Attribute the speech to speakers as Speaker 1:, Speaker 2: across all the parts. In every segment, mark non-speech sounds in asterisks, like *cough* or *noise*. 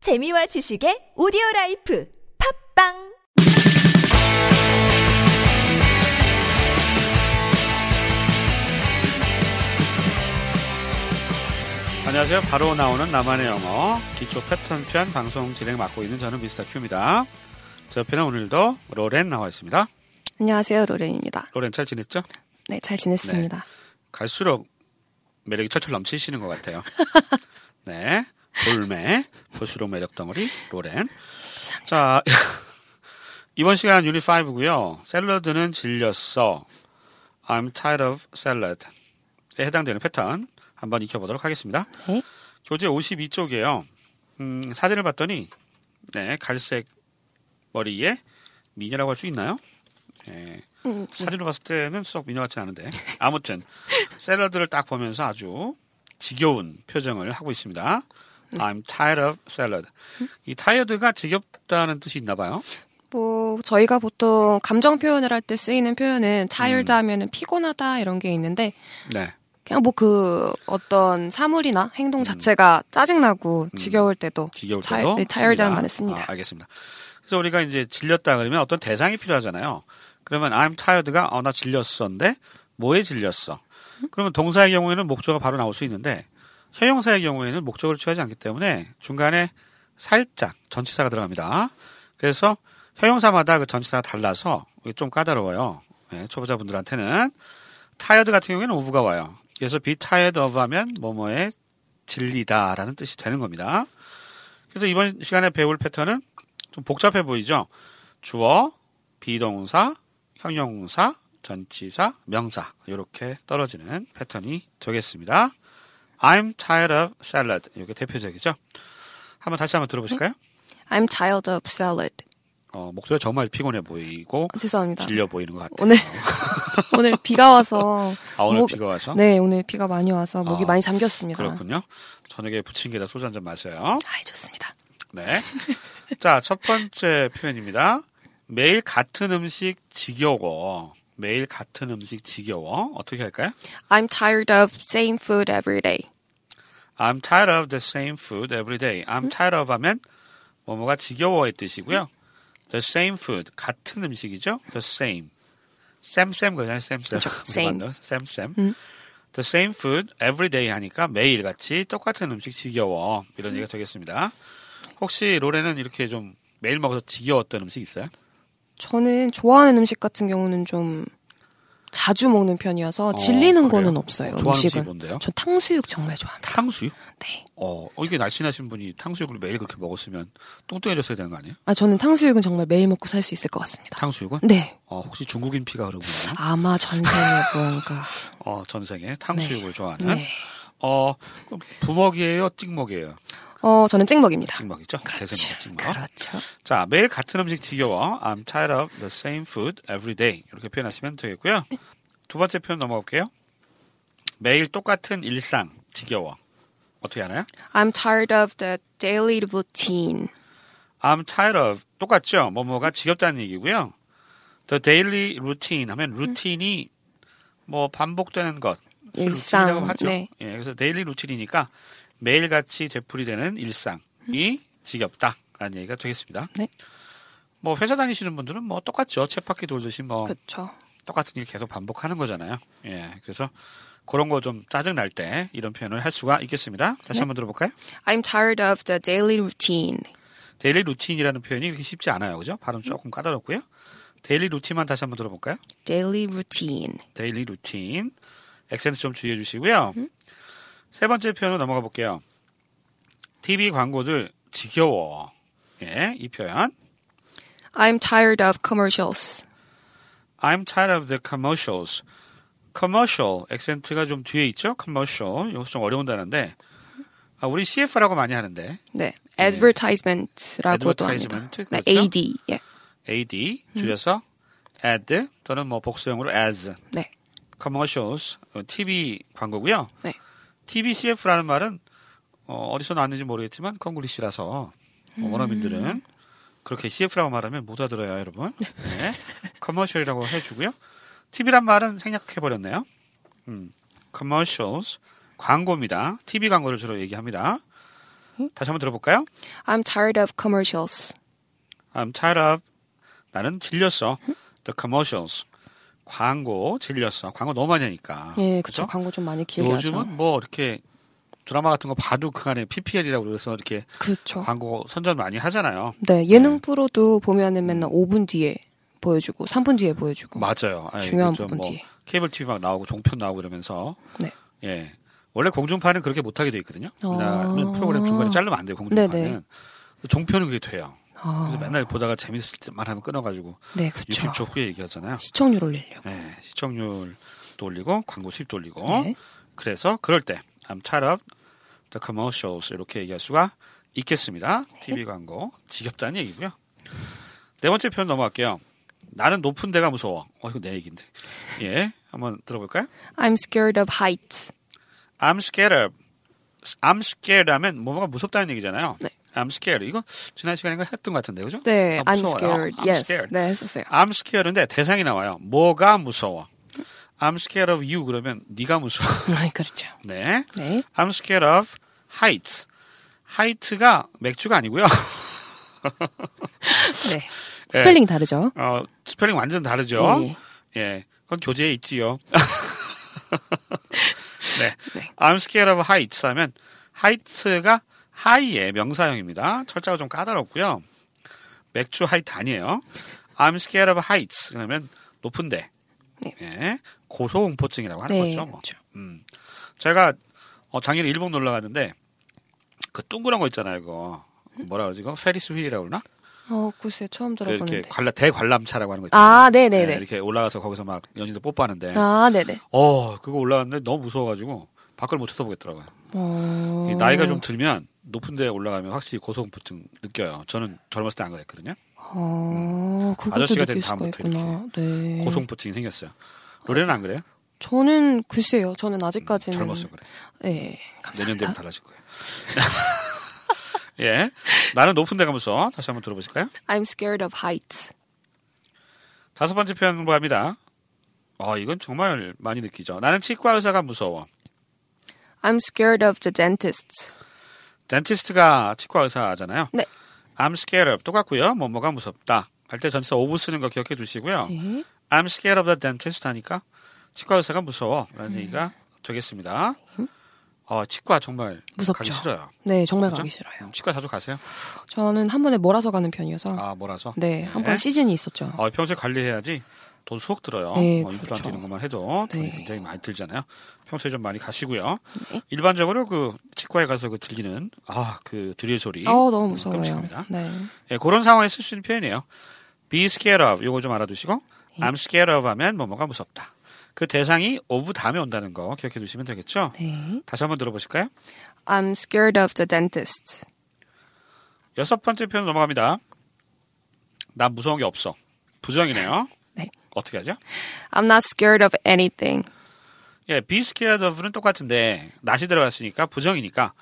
Speaker 1: 재미와 지식의 오디오 라이프 팝빵
Speaker 2: 안녕하세요. 바로 나오는 나만의 영어 기초 패턴 편 방송 진행 맡고 있는 저는 미스터 큐입니다. 제 옆에는 오늘도 로렌 나와 있습니다.
Speaker 3: 안녕하세요, 로렌입니다.
Speaker 2: 로렌 잘 지냈죠?
Speaker 3: 네, 잘 지냈습니다.
Speaker 2: 갈수록 매력이 철철 넘치시는 것
Speaker 3: *laughs*
Speaker 2: 같아요. 네. 볼매, 볼수록 매력 덩어리, 로렌. 자, *laughs* 이번 시간 유닛 5고요. 샐러드는 질렸어. I'm tired of salad. 에 해당되는 패턴 한번 익혀보도록 하겠습니다.
Speaker 3: 네.
Speaker 2: 교재 52쪽이에요. 음, 사진을 봤더니 네, 갈색 머리에 미녀라고 할 수 있나요? 예.
Speaker 3: 음,
Speaker 2: 사진으로 봤을 때는 썩 미녀 같진 않은데 아무튼 샐러드를 딱 보면서 아주 지겨운 표정을 하고 있습니다. I'm tired of salad. 이 tired가 지겹다는 뜻이 있나 봐요.
Speaker 3: 뭐 저희가 보통 감정 표현을 할 때 쓰이는 표현은 tired
Speaker 2: 음.
Speaker 3: 하면은 피곤하다 이런 게 있는데
Speaker 2: 네.
Speaker 3: 그냥 뭐 그 어떤 사물이나
Speaker 2: 음.
Speaker 3: 행동 자체가 짜증나고 지겨울 때도
Speaker 2: 지겨울
Speaker 3: 잘-
Speaker 2: 때도
Speaker 3: 네, tired한
Speaker 2: 씁니다.
Speaker 3: 말을 씁니다.
Speaker 2: 아, 알겠습니다. 그래서 우리가 이제 질렸다 그러면 어떤 대상이 필요하잖아요. 그러면 I'm tired가 어 나 질렸어인데 뭐에 질렸어? 그러면 동사의 경우에는 목적어 바로 나올 수 있는데 형용사의 경우에는 목적어를 취하지 않기 때문에 중간에 살짝 전치사가 들어갑니다. 그래서 형용사마다 그 전치사가 달라서 이게 좀 까다로워요. 예, 초보자분들한테는 tired 같은 경우에는 오브가 와요. 그래서 be tired of 하면 뭐뭐에 질리다라는 뜻이 되는 겁니다. 그래서 이번 시간에 배울 패턴은 좀 복잡해 보이죠? 주어, 비동사, 형용사, 전치사, 명사 이렇게 떨어지는 패턴이 되겠습니다. I'm tired of salad. 이게 대표적이죠. 한번 다시 한번 들어보실까요?
Speaker 3: 네. I'm tired of salad.
Speaker 2: 어, 목소리가 정말 피곤해 보이고
Speaker 3: 아, 죄송합니다.
Speaker 2: 질려 보이는 것 같아요. *laughs*
Speaker 3: 오늘 오늘 비가 와서
Speaker 2: 아, 오늘
Speaker 3: 목-
Speaker 2: 비가 와서
Speaker 3: 네 오늘 비가 많이 와서 목이
Speaker 2: 아,
Speaker 3: 많이 잠겼습니다.
Speaker 2: 그렇군요. 저녁에 부침개다 소주 한 잔 마셔요.
Speaker 3: 아, 좋습니다.
Speaker 2: 네. *laughs* 자, 첫 번째 표현입니다. 매일 같은 음식 지겨워. 매일 같은 음식 지겨워. 어떻게 할까요?
Speaker 3: I'm tired of same food every day.
Speaker 2: I'm tired of the same food every day. I'm tired of 하면 뭐뭐가 지겨워의 뜻이고요. The same food 같은 음식이죠. The same. 쌤쌤 거잖아요. 쌤쌤.
Speaker 3: 그렇죠. same. 음.
Speaker 2: 맞나요? 쌤쌤. The same food every day 하니까 매일 같이 똑같은 음식 지겨워 이런
Speaker 3: 음.
Speaker 2: 얘기가 되겠습니다. 혹시 로레는 이렇게 좀 매일 먹어서 지겨웠던 음식 있어요?
Speaker 3: 저는 좋아하는 음식 같은 경우는 좀 자주 먹는 편이어서
Speaker 2: 그래요?
Speaker 3: 질리는 거는 없어요.
Speaker 2: 좋아하는 음식이
Speaker 3: 음식은.
Speaker 2: 뭔데요?
Speaker 3: 전 탕수육 정말 좋아합니다.
Speaker 2: 탕수육?
Speaker 3: 네.
Speaker 2: 어, 어, 이게 날씬하신 분이 탕수육을 매일 그렇게 먹었으면 뚱뚱해졌어야 되는 거 아니에요?
Speaker 3: 아 저는 탕수육은 정말 매일 먹고 살 수 있을 것 같습니다.
Speaker 2: 탕수육은?
Speaker 3: 네.
Speaker 2: 어, 혹시 중국인 피가 흐르고 있나요? *laughs*
Speaker 3: 아마 전생에 뭔가.
Speaker 2: 어, 전생에 탕수육을 좋아하는?
Speaker 3: 네.
Speaker 2: 어, 그럼 부먹이에요? 찍먹이에요?
Speaker 3: 어 저는 찍먹입니다.
Speaker 2: 찍먹이죠?
Speaker 3: 그렇죠.
Speaker 2: 대세먹, 찍먹.
Speaker 3: 그렇죠.
Speaker 2: 자, 매일 같은 음식 지겨워. I'm tired of the same food every day. 이렇게 표현하시면 되겠고요.
Speaker 3: 네.
Speaker 2: 두 번째 표현 넘어갈게요. 매일 똑같은 일상 지겨워. 어떻게 하나요?
Speaker 3: I'm tired of the daily routine.
Speaker 2: I'm tired of 똑같죠. 뭐뭐가 지겹다는 얘기고요. The daily routine 하면
Speaker 3: 음.
Speaker 2: 루틴이 뭐 반복되는 것 그래서
Speaker 3: 일상,
Speaker 2: 루틴이라고 하죠.
Speaker 3: 네.
Speaker 2: 예, 그래서 데일리 루틴이니까 매일 같이 되풀이되는 일상이
Speaker 3: 음.
Speaker 2: 지겹다라는 얘기가 되겠습니다.
Speaker 3: 네.
Speaker 2: 뭐 회사 다니시는 분들은 뭐 똑같죠. 쳇바퀴 돌듯이 뭐
Speaker 3: 그렇죠.
Speaker 2: 똑같은 일 계속 반복하는 거잖아요. 예, 그래서 그런 거 좀 짜증 날 때 이런 표현을 할 수가 있겠습니다.
Speaker 3: 네.
Speaker 2: 다시 한번 들어볼까요?
Speaker 3: I'm tired of the daily routine.
Speaker 2: 데일리 루틴이라는 표현이 그렇게 쉽지 않아요. 그죠? 발음 조금 까다롭고요. 데일리 루틴만 다시 한번 들어볼까요?
Speaker 3: Daily routine.
Speaker 2: 데일리 루틴. 액센트 좀 주의해 주시고요. 세 번째 표현으로 넘어가 볼게요. TV 광고들 지겨워. 예, 이 표현.
Speaker 3: I'm tired of commercials.
Speaker 2: I'm tired of the commercials. commercial 액센트가 좀 뒤에 있죠? commercial. 이것좀 어려운 단어인데. 아, 우리 CF라고 많이 하는데.
Speaker 3: 네. advertisement라고도
Speaker 2: Advertisement,
Speaker 3: 합니다.
Speaker 2: 그렇죠.
Speaker 3: 네, AD. 예.
Speaker 2: AD 줄여서 ad 또는 뭐 복수형으로 as.
Speaker 3: 네.
Speaker 2: commercials 어, TV 광고고요.
Speaker 3: 네.
Speaker 2: TBCF라는 말은 어, 어디서 나왔는지 모르겠지만 콩글리시라서
Speaker 3: 음.
Speaker 2: 어, 원어민들은 그렇게 CF라고 말하면 못 알아들어요, 여러분. 네.
Speaker 3: *laughs*
Speaker 2: 커머셜이라고 해주고요. TV란 말은 생략해버렸네요. 음, commercials, 광고입니다. TV 광고를 주로 얘기합니다. 다시 한번 들어볼까요?
Speaker 3: I'm tired of commercials.
Speaker 2: I'm tired of 나는 질렸어.
Speaker 3: 음?
Speaker 2: The commercials. 광고 질렸어. 광고 너무 많이 하니까.
Speaker 3: 예, 그쵸. 광고 좀 많이 길게 하죠.
Speaker 2: 아, 요즘은 뭐 이렇게 드라마 같은 거 봐도 그 안에 PPL이라고 그래서 이렇게
Speaker 3: 그렇죠.
Speaker 2: 광고 선전 많이 하잖아요.
Speaker 3: 네, 예능 프로도 보면은 맨날 5분 뒤에 보여주고 3분 뒤에 보여주고
Speaker 2: 맞아요. 아니,
Speaker 3: 어. 중요한
Speaker 2: 요즘
Speaker 3: 부분
Speaker 2: 뭐
Speaker 3: 뒤에.
Speaker 2: 케이블 TV 막 나오고 종편 나오고 이러면서
Speaker 3: 네.
Speaker 2: 예. 원래 공중파는 그렇게 못하게 돼 있거든요.
Speaker 3: 아.
Speaker 2: 왜냐하면 프로그램 중간에 자르면 안 돼요. 공중파는.
Speaker 3: 네네.
Speaker 2: 종편은 그게 돼요. 그래서
Speaker 3: 아,
Speaker 2: 맨날 보다가 재밌을 때만 하면 끊어가지고
Speaker 3: 네, 그렇죠.
Speaker 2: 60초 후에 얘기하잖아요.
Speaker 3: 시청률 올리려고.
Speaker 2: 예, 시청률도 올리고 광고 수입도 올리고
Speaker 3: 네.
Speaker 2: 그래서 그럴 때 I'm tired of the commercials 이렇게 얘기할 수가 있겠습니다.
Speaker 3: 네.
Speaker 2: TV 광고 지겹다는 얘기고요. 네 번째 표현 넘어갈게요. 나는 높은 데가 무서워. 어 이거 내 얘기인데. 예, 한번 들어볼까요?
Speaker 3: I'm scared of heights.
Speaker 2: I'm scared of. I'm scared 하면 뭐가 무섭다는 얘기잖아요.
Speaker 3: 네.
Speaker 2: I'm scared. 이거 지난 시간인가 했던 것 같은데, 그죠?
Speaker 3: 네,
Speaker 2: 아,
Speaker 3: I'm
Speaker 2: 무서워요.
Speaker 3: scared.
Speaker 2: I'm
Speaker 3: yes.
Speaker 2: scared. 아,
Speaker 3: 네, 했었어요.
Speaker 2: I'm scared인데 대상이 나와요. 뭐가 무서워? I'm scared of you 그러면 네가 무서워. *laughs*
Speaker 3: *laughs* 아, 그렇죠.
Speaker 2: 네.
Speaker 3: 네.
Speaker 2: I'm scared of heights. 하이트가 맥주가 아니고요. *laughs*
Speaker 3: 네. 스펠링 다르죠?
Speaker 2: 어, 스펠링 완전 다르죠.
Speaker 3: 예.
Speaker 2: 예. 그건 교재에
Speaker 3: *laughs*
Speaker 2: 있지요. 네.
Speaker 3: 네.
Speaker 2: I'm scared of heights 하면 하이트가 하이의 명사형입니다. 철자가 좀 까다롭고요. 맥주 하이트 아니에요. I'm scared of heights 그러면 높은데.
Speaker 3: 네.
Speaker 2: 예. 고소공포증이라고 하는
Speaker 3: 네.
Speaker 2: 거죠. 뭐. 음. 제가 어, 작년에 일본 놀러 갔는데 그 둥그런 거 있잖아요. 그거 뭐라 그러지? 그거 페리스 휠이라고 그러나?
Speaker 3: 어, 글쎄 처음
Speaker 2: 그 이렇게
Speaker 3: 들어보는데.
Speaker 2: 관람 대관람차라고 하는 거 있잖아요.
Speaker 3: 아,
Speaker 2: 네,
Speaker 3: 네네네.
Speaker 2: 이렇게 올라가서 거기서 막 연인들 뽀뽀하는데
Speaker 3: 아, 네네.
Speaker 2: 어 그거 올라갔는데 너무 무서워가지고 밖을 못 쳐다보겠더라고요.
Speaker 3: 어...
Speaker 2: 이 나이가 좀 들면 높은데 올라가면 확실히 고소공포증 느껴요. 저는 젊었을 때 안 그랬거든요.
Speaker 3: 어, 그것도
Speaker 2: 음. 아저씨가
Speaker 3: 느낄
Speaker 2: 된
Speaker 3: 수가
Speaker 2: 다음부터
Speaker 3: 있구나. 네.
Speaker 2: 고소공포증이 생겼어요. 노래는 안 그래요?
Speaker 3: 저는 글쎄요. 저는 아직까지는
Speaker 2: 음, 젊었어 그래.
Speaker 3: 네. 감사합니다.
Speaker 2: 내년 되면 달라질 거예요. *laughs* 예, 나는 높은 데 가면서 다시 한번 들어보실까요?
Speaker 3: I'm scared of heights.
Speaker 2: 다섯 번째 표현 공부합니다. 어, 이건 정말 많이 느끼죠. 나는 치과 의사가 무서워.
Speaker 3: I'm scared of the dentist.
Speaker 2: 덴티스트가 치과 의사잖아요.
Speaker 3: 네.
Speaker 2: I'm scared of 똑같고요. 뭐뭐가 무섭다. 할 때 전치사 오브 쓰는 거 기억해 두시고요.
Speaker 3: 네.
Speaker 2: I'm scared of the dentist 하니까 치과 의사가 무서워.
Speaker 3: 네.
Speaker 2: 라는 얘기가 되겠습니다. 어, 치과 정말
Speaker 3: 무섭죠.
Speaker 2: 가기 싫어요.
Speaker 3: 네, 정말
Speaker 2: 그죠?
Speaker 3: 가기 싫어요.
Speaker 2: 치과 자주 가세요?
Speaker 3: 저는 한 번에 몰아서 가는 편이어서
Speaker 2: 아, 뭐라서?
Speaker 3: 네, 한 번 시즌이 있었죠.
Speaker 2: 어, 평소에 관리해야지 돈 수억 들어요.
Speaker 3: 네,
Speaker 2: 어, 임플란트
Speaker 3: 그렇죠.
Speaker 2: 이런 것만 해도 돈이
Speaker 3: 네.
Speaker 2: 굉장히 많이 들잖아요. 평소에 좀 많이 가시고요.
Speaker 3: 네.
Speaker 2: 일반적으로 그 치과에 가서 그 들리는 아, 그 드릴 소리.
Speaker 3: 어, 너무 무서워요.
Speaker 2: 끔찍합니다.
Speaker 3: 네.
Speaker 2: 예, 그런 상황에 쓸 수 있는 표현이에요. be scared of 요거 좀 알아두시고
Speaker 3: 네.
Speaker 2: I'm scared of 하면 뭐뭐가 무섭다. 그 대상이 of 다음에 온다는 거 기억해 두시면 되겠죠.
Speaker 3: 네.
Speaker 2: 다시 한번 들어보실까요?
Speaker 3: I'm scared of the dentist.
Speaker 2: 여섯 번째 표현 넘어갑니다. 난 무서운 게 없어. 부정이네요.
Speaker 3: 네.
Speaker 2: 어떻게 하죠?
Speaker 3: I'm not scared of anything.
Speaker 2: 예, be scared of는 똑같은데 낫이 들어갔으니까 부정이니까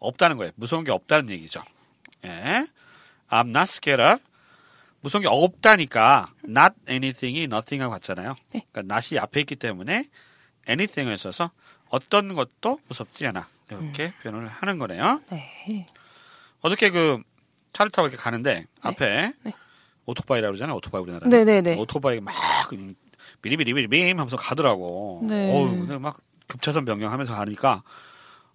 Speaker 2: 없다는 거예요. 무서운 게 없다는 얘기죠. 예, I'm not scared of 무서운 게 없다니까 not anything이 nothing하고 같잖아요.
Speaker 3: 네.
Speaker 2: 그러니까 not이 앞에 있기 때문에 anything을 써서 어떤 것도 무섭지 않아 이렇게 표현을 하는 거네요.
Speaker 3: 네.
Speaker 2: 어저께 그 차를 타고 이렇게 가는데 앞에
Speaker 3: 네.
Speaker 2: 오토바이라고 그러잖아요. 오토바이 우리나라.
Speaker 3: 네, 네, 네.
Speaker 2: 오토바이 막 비리비리비리빔 하면서 가더라고.
Speaker 3: 네.
Speaker 2: 어우, 근데 막 급차선 변경하면서 가니까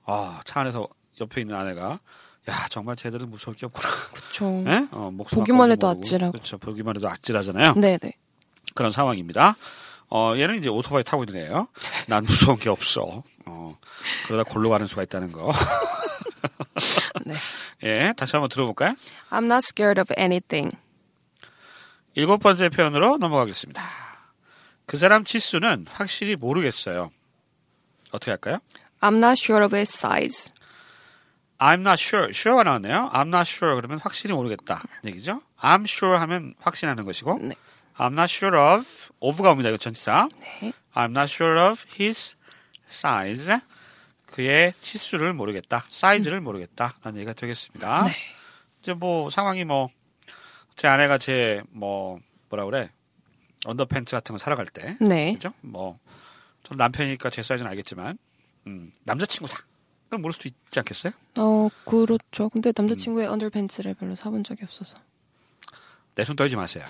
Speaker 2: 아, 차 안에서 옆에 있는 아내가 야, 정말 쟤들은 무서울 게 없구나.
Speaker 3: 그쵸.
Speaker 2: 예? 어, 목숨
Speaker 3: 음. 보기만
Speaker 2: 아까운지
Speaker 3: 해도
Speaker 2: 모르고.
Speaker 3: 아찔하고.
Speaker 2: 그렇죠. 보기만 해도 아찔하잖아요.
Speaker 3: 네, 네.
Speaker 2: 그런 상황입니다. 어, 얘는 이제 오토바이 타고 있는 애예요. 난 무서운 게 없어. 어, 그러다 골로 가는 수가 있다는 거. *laughs*
Speaker 3: 네.
Speaker 2: 예, 다시 한번 들어볼까요?
Speaker 3: I'm not scared of anything.
Speaker 2: 일곱 번째 표현으로 넘어가겠습니다. 그 사람 치수는 확실히 모르겠어요. 어떻게 할까요?
Speaker 3: I'm not sure of its size.
Speaker 2: I'm not sure. sure가 나왔네요. I'm not sure 그러면 확실히 모르겠다 얘기죠. I'm sure 하면 확신하는 것이고
Speaker 3: 네.
Speaker 2: I'm not sure of of가 옵니다. 이거 전치사.
Speaker 3: 네.
Speaker 2: I'm not sure of his size. 그의 치수를 모르겠다. 사이즈를 모르겠다. 라는 얘기가 되겠습니다.
Speaker 3: 네.
Speaker 2: 이제 뭐 상황이 뭐 제 아내가 제 뭐 뭐라 그래? 언더팬츠 같은 거 사러 갈 때.
Speaker 3: 네.
Speaker 2: 그죠? 뭐, 전 남편이니까 제 사이즈는 알겠지만, 음, 남자친구다. 그럼 모를 수도 있지 않겠어요?
Speaker 3: 어, 그렇죠. 근데
Speaker 2: 음.
Speaker 3: 남자친구의 언더팬츠를 별로 사본 적이 없어서.
Speaker 2: 내 손 떨지 마세요.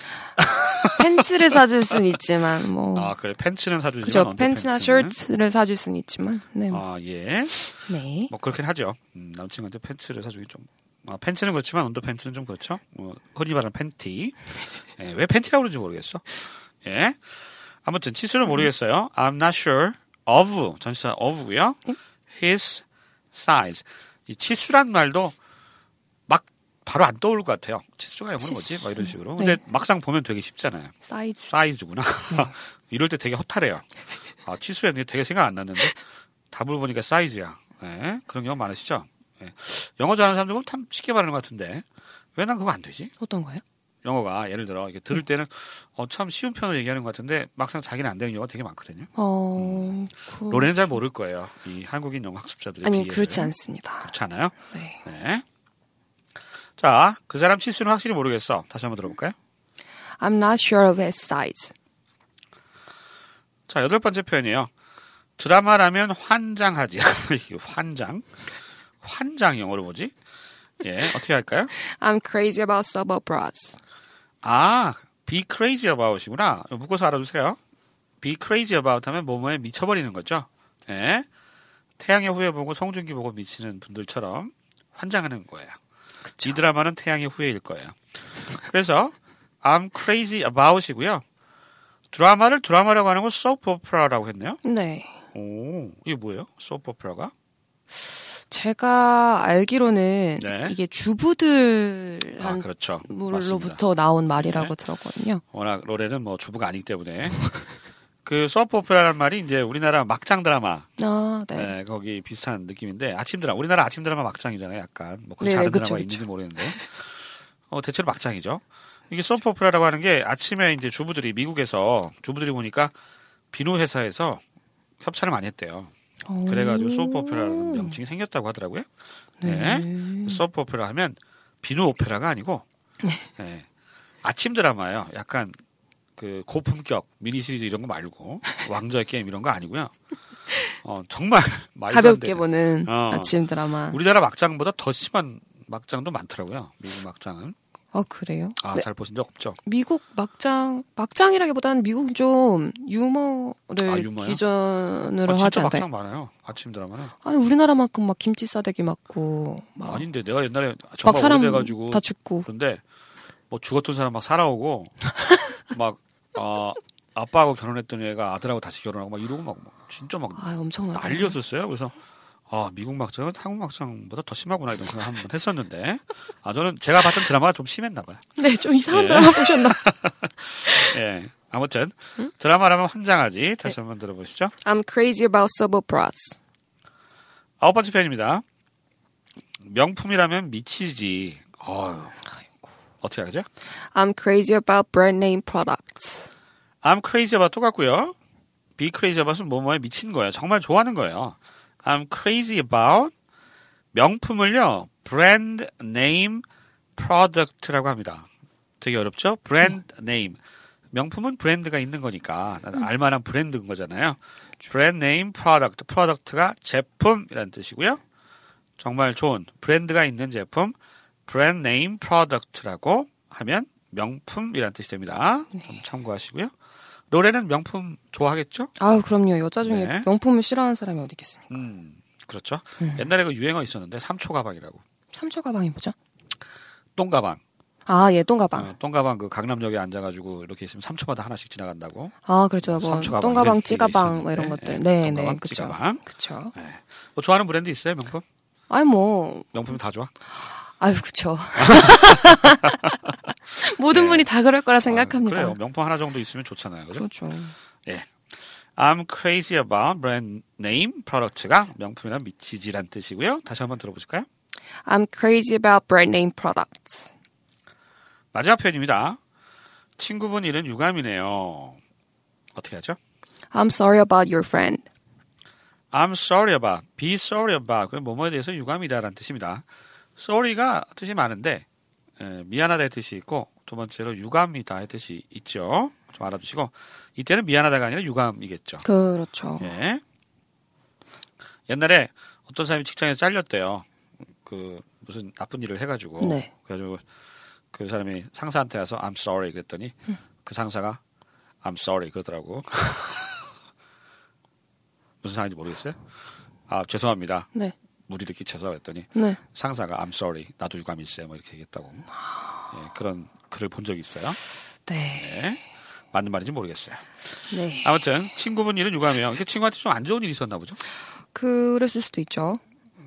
Speaker 3: 팬츠를 사줄 순 있지만, 뭐.
Speaker 2: 아 그래 팬츠는 사주지만
Speaker 3: 그죠.
Speaker 2: 언더
Speaker 3: 팬츠나
Speaker 2: 팬츠는?
Speaker 3: 셔츠를 사줄 순 있지만. 네.
Speaker 2: 아 예.
Speaker 3: 네.
Speaker 2: 뭐 그렇긴 하죠. 음, 남친한테 팬츠를 사주기 좀. 아, 팬츠는 그렇지만 언더 팬츠는 좀 그렇죠. 뭐, 흔히 말하는 팬티. 예, 왜 팬티라고 그러는지 모르겠어. 예. 아무튼
Speaker 3: 음.
Speaker 2: 치수를 모르겠어요. I'm not sure of 전치사 of고요.
Speaker 3: 네.
Speaker 2: His size. 이 치수란 말도 막 바로 안 떠올 것 같아요. 치수가 영어는 뭐지? 막 이런 식으로. 근데
Speaker 3: 네.
Speaker 2: 막상 보면 되게 쉽잖아요.
Speaker 3: 사이즈.
Speaker 2: 사이즈구나. *laughs* 이럴 때 되게 허탈해요. 아, 치수였는데 되게 생각 안 났는데 답을 보니까 사이즈야. 예, 그런 경우 많으시죠? 예. 영어 잘하는 사람들은 참 쉽게 말하는 것 같은데 왜 난 그거 안 되지?
Speaker 3: 어떤 거예요?
Speaker 2: 영어가 예를 들어 이렇게
Speaker 3: 음.
Speaker 2: 들을 때는 어, 참 쉬운 편으로 얘기하는 것 같은데 막상 자기는 안 되는 경우가 되게 많거든요.
Speaker 3: 어, 그...
Speaker 2: 음. 로렌은 잘 모를 거예요. 이 한국인 영어 학습자들의
Speaker 3: 아니,
Speaker 2: 비애를.
Speaker 3: 그렇지 않습니다.
Speaker 2: 그렇지 않아요?
Speaker 3: 네.
Speaker 2: 네. 자, 그 사람 치수는 확실히 모르겠어. 다시 한번 들어볼까요?
Speaker 3: I'm not sure of his size.
Speaker 2: 자, 여덟 번째 표현이에요. 드라마라면 환장하지. *laughs* 이게 환장? 환장 영어로 뭐지? 예, 어떻게 할까요?
Speaker 3: I'm crazy about sober bras.
Speaker 2: 아, be crazy about이구나. 이거 묶어서 알아두세요. be crazy about 하면 뭐뭐에 미쳐버리는 거죠. 예. 태양의 후예 보고 성준기 보고 미치는 분들처럼 환장하는 거예요.
Speaker 3: 그쵸.
Speaker 2: 이 드라마는 태양의 후예일 거예요. 그래서 I'm crazy about이고요. 드라마를 드라마라고 하는 건 soap opera라고 했네요.
Speaker 3: 네.
Speaker 2: 오, 이게 뭐예요? 소프오페라가?
Speaker 3: 제가 알기로는
Speaker 2: 네.
Speaker 3: 이게 네. 주부들한테
Speaker 2: 아, 그렇죠. 맞습니다. 네.
Speaker 3: 물로부터 나온 말이라고 들었거든요.
Speaker 2: 워낙 로렌은 뭐 주부가 아니기 때문에 *laughs* 그 소프오페라는 말이 이제 우리나라 막장 드라마
Speaker 3: 아, 네.
Speaker 2: 네, 거기 비슷한 느낌인데 아침 드라마 우리나라 아침 드라마 막장이잖아요. 약간 뭐 그렇지
Speaker 3: 네네,
Speaker 2: 않은
Speaker 3: 그쵸,
Speaker 2: 드라마
Speaker 3: 그쵸.
Speaker 2: 있는지 모르겠는데 어, 대체로 막장이죠. 이게 소프오페라라고 하는 게 아침에 이제 주부들이 미국에서 주부들이 보니까 비누 회사에서 협찬을 많이 했대요. 그래가지고 소프오페라라는 명칭이 생겼다고 하더라고요. 네. 서브 오페라 하면 비누 오페라가 아니고
Speaker 3: 네.
Speaker 2: 예, 아침 드라마예요. 약간 그 고품격 미니 시리즈 이런 거
Speaker 3: *laughs*
Speaker 2: 말고 왕좌의 게임 이런 거 아니고요. 어, 정말 *laughs* 말도 안
Speaker 3: 가볍게
Speaker 2: 되는.
Speaker 3: 보는
Speaker 2: 어.
Speaker 3: 아침 드라마.
Speaker 2: 우리나라 막장보다 더 심한 막장도 많더라고요. 미국 막장은
Speaker 3: 아 그래요?
Speaker 2: 아,
Speaker 3: 네,
Speaker 2: 잘 보신 적 없죠?
Speaker 3: 미국 막장 막장이라기보다는 미국 좀 유머를
Speaker 2: 아, 유머요? 아,
Speaker 3: 기준으로
Speaker 2: 진짜
Speaker 3: 하지 않나요?
Speaker 2: 막장 많아요. 아침 드라마는
Speaker 3: 아니 우리나라만큼 막 김치 싸대기 맞고 막,
Speaker 2: 아닌데 내가 옛날에
Speaker 3: 뭐. 막
Speaker 2: 정말
Speaker 3: 사람
Speaker 2: 오래돼가지고
Speaker 3: 다 죽고
Speaker 2: 그런데 뭐 죽었던 사람 막 살아오고 막 아, 아빠하고 결혼했던 애가 아들하고 다시 결혼하고 막 이러고 막, 막 진짜 막
Speaker 3: 아 엄청나.
Speaker 2: 난리였었어요. 그래서 아 미국 막장은 한국 막장보다 더 심하구나 이런 생각 한번 했었는데 아 저는 제가 봤던 드라마가 좀 심했나 봐요.
Speaker 3: 네, 좀 이상한
Speaker 2: 예.
Speaker 3: 드라마
Speaker 2: *laughs*
Speaker 3: 보셨나?
Speaker 2: 예. 아무튼 드라마라면 환장하지 다시 한번 들어보시죠.
Speaker 3: I'm crazy about sober bras.
Speaker 2: 아홉 번째 편입니다. 명품이라면 미치지. 어 어떻게 하죠?
Speaker 3: I'm crazy about brand name products.
Speaker 2: I'm crazy about 똑같고요. Be crazy about은 뭐뭐에 미친 거예요. 정말 좋아하는 거예요. I'm crazy about 명품을요. brand name product라고 합니다. 되게 어렵죠? brand name. 명품은 브랜드가 있는 거니까 나는 알만한 브랜드인 거잖아요. brand name product. product가 제품이라는 뜻이고요. 정말 좋은 브랜드가 있는 제품 brand name product라고 하면 명품이라는 뜻이 됩니다. 좀 참고하시고요. 노래는 명품 좋아하겠죠?
Speaker 3: 아 그럼요. 여자 중에
Speaker 2: 네.
Speaker 3: 명품을 싫어하는 사람이 어디 있겠습니까?
Speaker 2: 음, 그렇죠.
Speaker 3: 네.
Speaker 2: 옛날에 그 유행어 있었는데 삼초 가방이라고.
Speaker 3: 삼초 가방이 뭐죠?
Speaker 2: 똥 가방.
Speaker 3: 아 예동 가방.
Speaker 2: 어, 똥 가방 그 강남역에 앉아가지고 이렇게 있으면 3초마다 하나씩 지나간다고.
Speaker 3: 아 그렇죠. 뭐
Speaker 2: 삼초 가방
Speaker 3: 똥 가방,
Speaker 2: 이런 네,
Speaker 3: 찌 가방 뭐
Speaker 2: 얘기
Speaker 3: 이런
Speaker 2: 있었는데.
Speaker 3: 것들.
Speaker 2: 예, 똥
Speaker 3: 네, 네,
Speaker 2: 가방,
Speaker 3: 그렇죠.
Speaker 2: 찌가방.
Speaker 3: 그렇죠.
Speaker 2: 뭐 좋아하는 브랜드 있어요, 명품?
Speaker 3: 아니 뭐
Speaker 2: 명품이 다 좋아?
Speaker 3: 아유
Speaker 2: *laughs*
Speaker 3: 그쵸. 모든 분이 다 그럴 거라 생각합니다.
Speaker 2: 네. 아, 그래요. 명품 하나 정도 있으면 좋잖아요. 그죠?
Speaker 3: 그렇죠.
Speaker 2: 예. I'm crazy about brand name product가 명품이나 미치지란 뜻이고요. 다시 한번 들어보실까요?
Speaker 3: I'm crazy about brand name products.
Speaker 2: 마지막 표현입니다. 친구분 일은 유감이네요. 어떻게 하죠?
Speaker 3: I'm sorry about your friend.
Speaker 2: I'm sorry about, be sorry about. 그 뭐뭐에 대해서 유감이다라는 뜻입니다. Sorry가 뜻이 많은데 에, 미안하다의 뜻이 있고 두 번째로 유감이다의 뜻이 있죠. 좀 알아두시고
Speaker 3: 예.
Speaker 2: 네. 이때는 미안하다가 아니라 유감이겠죠.
Speaker 3: 그렇죠.
Speaker 2: 예. 옛날에 어떤 사람이 직장에서 잘렸대요. 그 무슨 나쁜 일을 해가지고
Speaker 3: 네.
Speaker 2: 그래가지고 그 사람이 상사한테 가서 I'm sorry 그랬더니 그 상사가 I'm sorry 그러더라고. *laughs* 무슨 상황인지 모르겠어요. 아 죄송합니다.
Speaker 3: 네.
Speaker 2: 무리를 끼쳐서 그랬더니
Speaker 3: 네.
Speaker 2: 상사가 I'm sorry 나도 유감일세 뭐 이렇게 얘기했다고. 예, 그런 글을 본 적이 있어요.
Speaker 3: 네.
Speaker 2: 예. 맞는 말인지 모르겠어요.
Speaker 3: 네.
Speaker 2: 아무튼 친구분 일은 유감이에요. 그 친구한테 좀 안 좋은 일이 있었나 보죠.
Speaker 3: 그랬을 수도 있죠.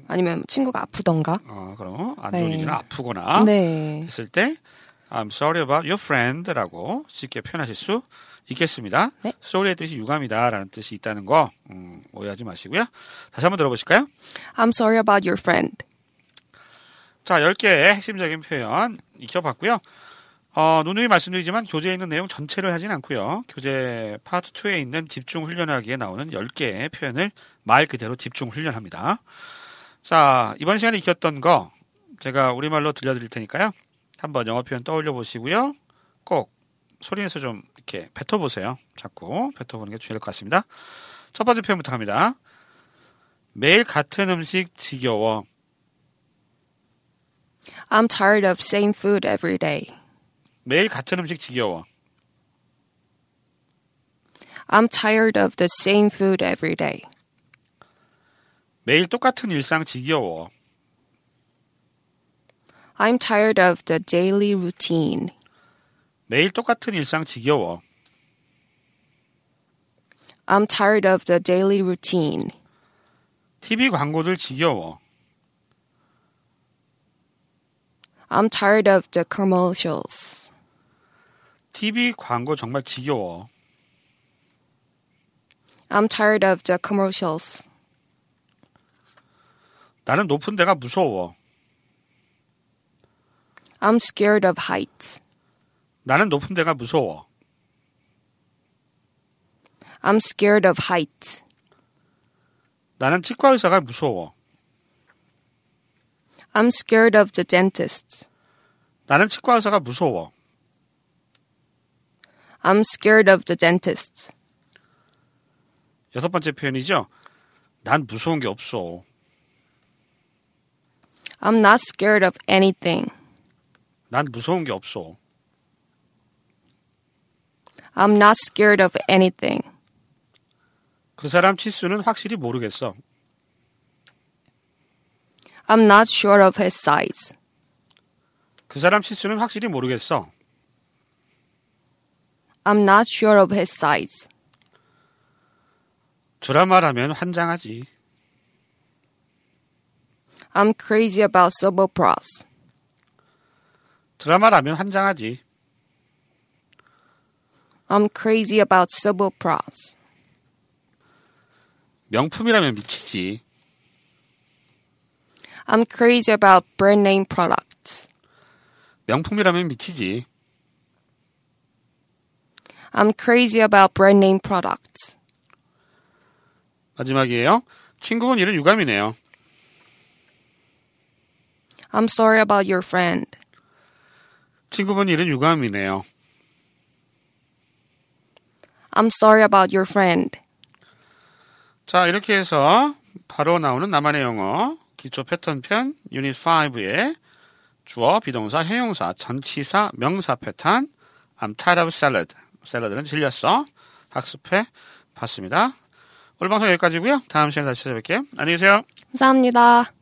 Speaker 3: 아니면 친구가 아프던가.
Speaker 2: 어, 그럼 안 좋은
Speaker 3: 네.
Speaker 2: 일이나 아프거나
Speaker 3: 네.
Speaker 2: 했을 때 I'm sorry about your friend라고 쉽게 표현하실 수 있겠습니다.
Speaker 3: 네.
Speaker 2: sorry의 뜻이 유감이다라는 뜻이 있다는 거 음, 오해하지 마시고요. 다시 한번 들어보실까요?
Speaker 3: I'm sorry about your friend.
Speaker 2: 자, 10개의 핵심적인 표현 익혀봤고요. 어, 누누이 말씀드리지만 교재에 있는 내용 전체를 하진 않고요. 교재 파트 2에 있는 집중 훈련하기에 나오는 10개의 표현을 말 그대로 집중 훈련합니다. 자, 이번 시간에 익혔던 거 제가 우리말로 들려드릴 테니까요. 한번 영어 표현 떠올려 보시고요. 꼭 소리에서 좀 이렇게 뱉어보세요. 자꾸 뱉어보는 게 중요할 것 같습니다. 첫 번째 표현부터 갑니다. 매일 같은 음식 지겨워.
Speaker 3: I'm tired of same food every day.
Speaker 2: 매일 같은 음식 지겨워.
Speaker 3: I'm tired of the same food every day.
Speaker 2: 매일 똑같은 일상 지겨워.
Speaker 3: I'm tired of the daily routine.
Speaker 2: 매일 똑같은 일상 지겨워.
Speaker 3: I'm tired of the daily routine.
Speaker 2: TV 광고들 지겨워.
Speaker 3: I'm tired of the commercials.
Speaker 2: TV 광고 정말 지겨워.
Speaker 3: I'm tired of the commercials.
Speaker 2: 나는 높은 데가 무서워.
Speaker 3: I'm scared of heights.
Speaker 2: 나는 높은 데가 무서워.
Speaker 3: I'm scared of heights.
Speaker 2: 나는 치과 의사가 무서워.
Speaker 3: I'm scared of the dentist.
Speaker 2: 나는 치과 의사가 무서워.
Speaker 3: I'm scared of the dentist.
Speaker 2: 여섯 번째 표현이죠. 난 무서운 게 없어.
Speaker 3: I'm not scared of anything.
Speaker 2: 난 무서운 게 없어.
Speaker 3: I'm not scared of anything.
Speaker 2: 그 사람 치수는 확실히 모르겠어.
Speaker 3: I'm not sure of his size.
Speaker 2: 그 사람 치수는 확실히 모르겠어.
Speaker 3: I'm not sure of his size.
Speaker 2: 드라마라면 환장하지.
Speaker 3: I'm crazy about soap operas.
Speaker 2: 드라마라면 환장하지.
Speaker 3: I'm crazy about soap operas.
Speaker 2: 명품이라면 미치지.
Speaker 3: I'm crazy about brand name products.
Speaker 2: 명품이라면 미치지.
Speaker 3: I'm crazy about brand name products.
Speaker 2: 마지막이에요. 친구분 일은 유감이네요.
Speaker 3: I'm sorry about your friend.
Speaker 2: 친구분 일은 유감이네요.
Speaker 3: I'm sorry about your friend.
Speaker 2: 자, 이렇게 해서 바로 나오는 나만의 영어 기초 패턴 편 유닛 5의 주어, 비동사, 형용사, 전치사, 명사 패턴 I'm tired of salad. 샐러드는 질렸어. 학습해 봤습니다. 오늘 방송 여기까지고요. 다음 시간에 다시 찾아뵐게요. 안녕히 계세요.
Speaker 3: 감사합니다.